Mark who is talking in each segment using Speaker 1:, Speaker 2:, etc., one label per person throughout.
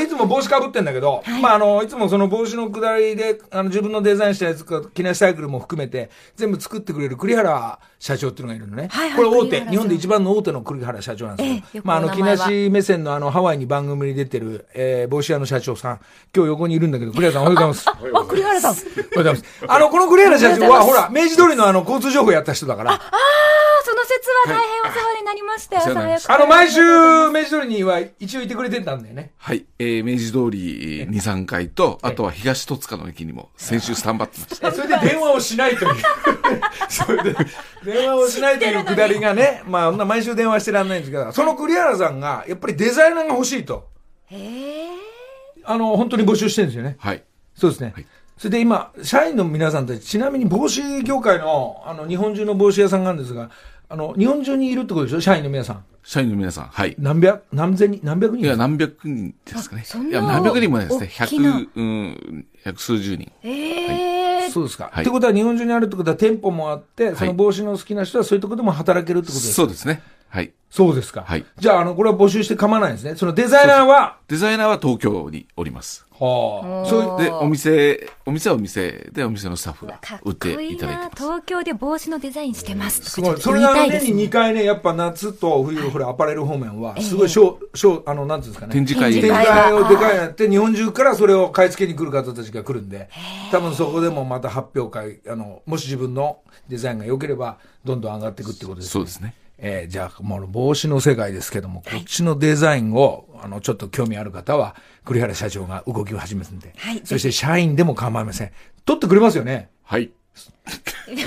Speaker 1: いつも帽子かぶってんだけど、まあ、あの、いつもその帽子のくだりで、あの、自分のデザインしたやつか、機内サイクルも含めて、全部作ってくれる栗原社長っていうのがいるのね。
Speaker 2: はいはい
Speaker 1: これ大
Speaker 2: 栗
Speaker 1: 手、
Speaker 2: 原さん
Speaker 1: 日本で一番の大手の栗原社長なんですけど、
Speaker 2: ええよく
Speaker 1: まあ、あの、
Speaker 2: お名
Speaker 1: 木
Speaker 2: 前は
Speaker 1: 梨目線のあの、ハワイに番組に出てる、えー、帽子屋の社長さん、今日横にいるんだけど、栗原さんおはようございま す。おはよ
Speaker 2: あ、栗原さん。あ、
Speaker 1: うございます。あの、この栗原社長は、
Speaker 2: おはようご
Speaker 1: ほ
Speaker 2: ざい
Speaker 1: ら、明治通りのあの、交通情報やった人だから、
Speaker 2: その説は大変お世話になりました。
Speaker 3: はい
Speaker 2: 朝早くか
Speaker 1: あ
Speaker 2: ら
Speaker 1: の、毎週、明治通りには一応いてくれてたんだよね。
Speaker 3: はい。えー、明治通り2、3回と、あとは東戸塚の駅にも先週スタンバってました。
Speaker 1: えそれで電話をしないという。 それで、電話をしないというくだりがね、まあ、そんな毎週電話してらんないんですけど、その栗原さんが、やっぱりデザイナーが欲しいと、
Speaker 2: へえ。
Speaker 1: あの、本当に募集してるんですよね。
Speaker 3: はい。
Speaker 1: そうですね。
Speaker 3: はい
Speaker 1: それで今、社員の皆さんたち、ちなみに帽子業界の、あの、日本中の帽子屋さんがあるんですが、あの、日本中にいるってことでしょ社員の皆さん。
Speaker 3: 社員の皆さん、はい。
Speaker 1: 何百、何千人、何百人
Speaker 3: いや、何百人ですかね。
Speaker 2: そんない
Speaker 3: や、何百人もないですね。
Speaker 2: 大きな
Speaker 3: 百、うん、百数十人。
Speaker 2: ええ。
Speaker 1: そうですか。
Speaker 3: はい
Speaker 1: ってことは日本中にあるってことは店舗もあって、その帽子の好きな人はそういうとこでも働けるってことですか
Speaker 3: そうですね。はい。
Speaker 1: そうですか。
Speaker 3: はい
Speaker 1: じゃあ、あの、これは募集して構わないんですね。そのデザイナーは、
Speaker 3: デザイナーは東京におります。
Speaker 1: はあ、
Speaker 3: そ
Speaker 1: そういう
Speaker 3: れで、お店、お店はお店で、お店のスタッフが
Speaker 2: かっこ
Speaker 3: 売って
Speaker 2: いい
Speaker 3: いただいて
Speaker 2: な
Speaker 3: ます。
Speaker 2: 東京で帽子のデザインしてますとか
Speaker 1: すごい。
Speaker 2: ちょ
Speaker 1: そ
Speaker 2: っと
Speaker 1: れ
Speaker 2: 言
Speaker 1: が
Speaker 2: たいで
Speaker 1: 年
Speaker 2: すね
Speaker 1: に2回ね、やっぱ夏と冬、ほら、アパレル方面は、すごい、しょう、しょう、あの、なんていうんですかね。
Speaker 3: 展示会
Speaker 2: 展
Speaker 1: 展
Speaker 2: 示
Speaker 1: 示
Speaker 2: 会
Speaker 1: 会をでかいなって、日本中からそれを買い付けに来る方たちが来るんで、多分そこでもまた発表会、あの、もし自分のデザインが良ければ、どんどん上がっていくってことですね
Speaker 3: そうですね。
Speaker 1: えーじゃあ、もう帽子の世界ですけども、こっちのデザインを、あの、ちょっと興味ある方は、栗原社長が動きを始めるんで、
Speaker 2: はい
Speaker 1: そして社員でも構いません。取ってくれますよね。
Speaker 3: はい。
Speaker 2: 二つ返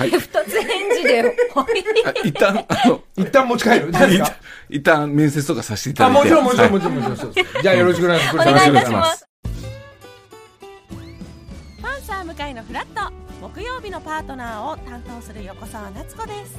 Speaker 2: 事で終
Speaker 3: あ一旦、あの、
Speaker 1: 一旦持ち帰る。何ですか
Speaker 3: 一旦面接とかさせていただ
Speaker 1: あ、
Speaker 3: い
Speaker 1: もち
Speaker 3: て。
Speaker 1: ろん、もちろん、
Speaker 3: は
Speaker 1: も
Speaker 3: い
Speaker 1: ちろん、もちろん、そうです。じゃあ、よろしくお願いします。
Speaker 2: わり。お
Speaker 3: よ
Speaker 2: 願
Speaker 3: ろし
Speaker 2: い
Speaker 3: く
Speaker 2: いた
Speaker 3: お願
Speaker 2: し
Speaker 3: し
Speaker 2: ま
Speaker 3: ますす。
Speaker 4: パンサー向井のフラット木曜日のパートナーを担当する横澤夏子です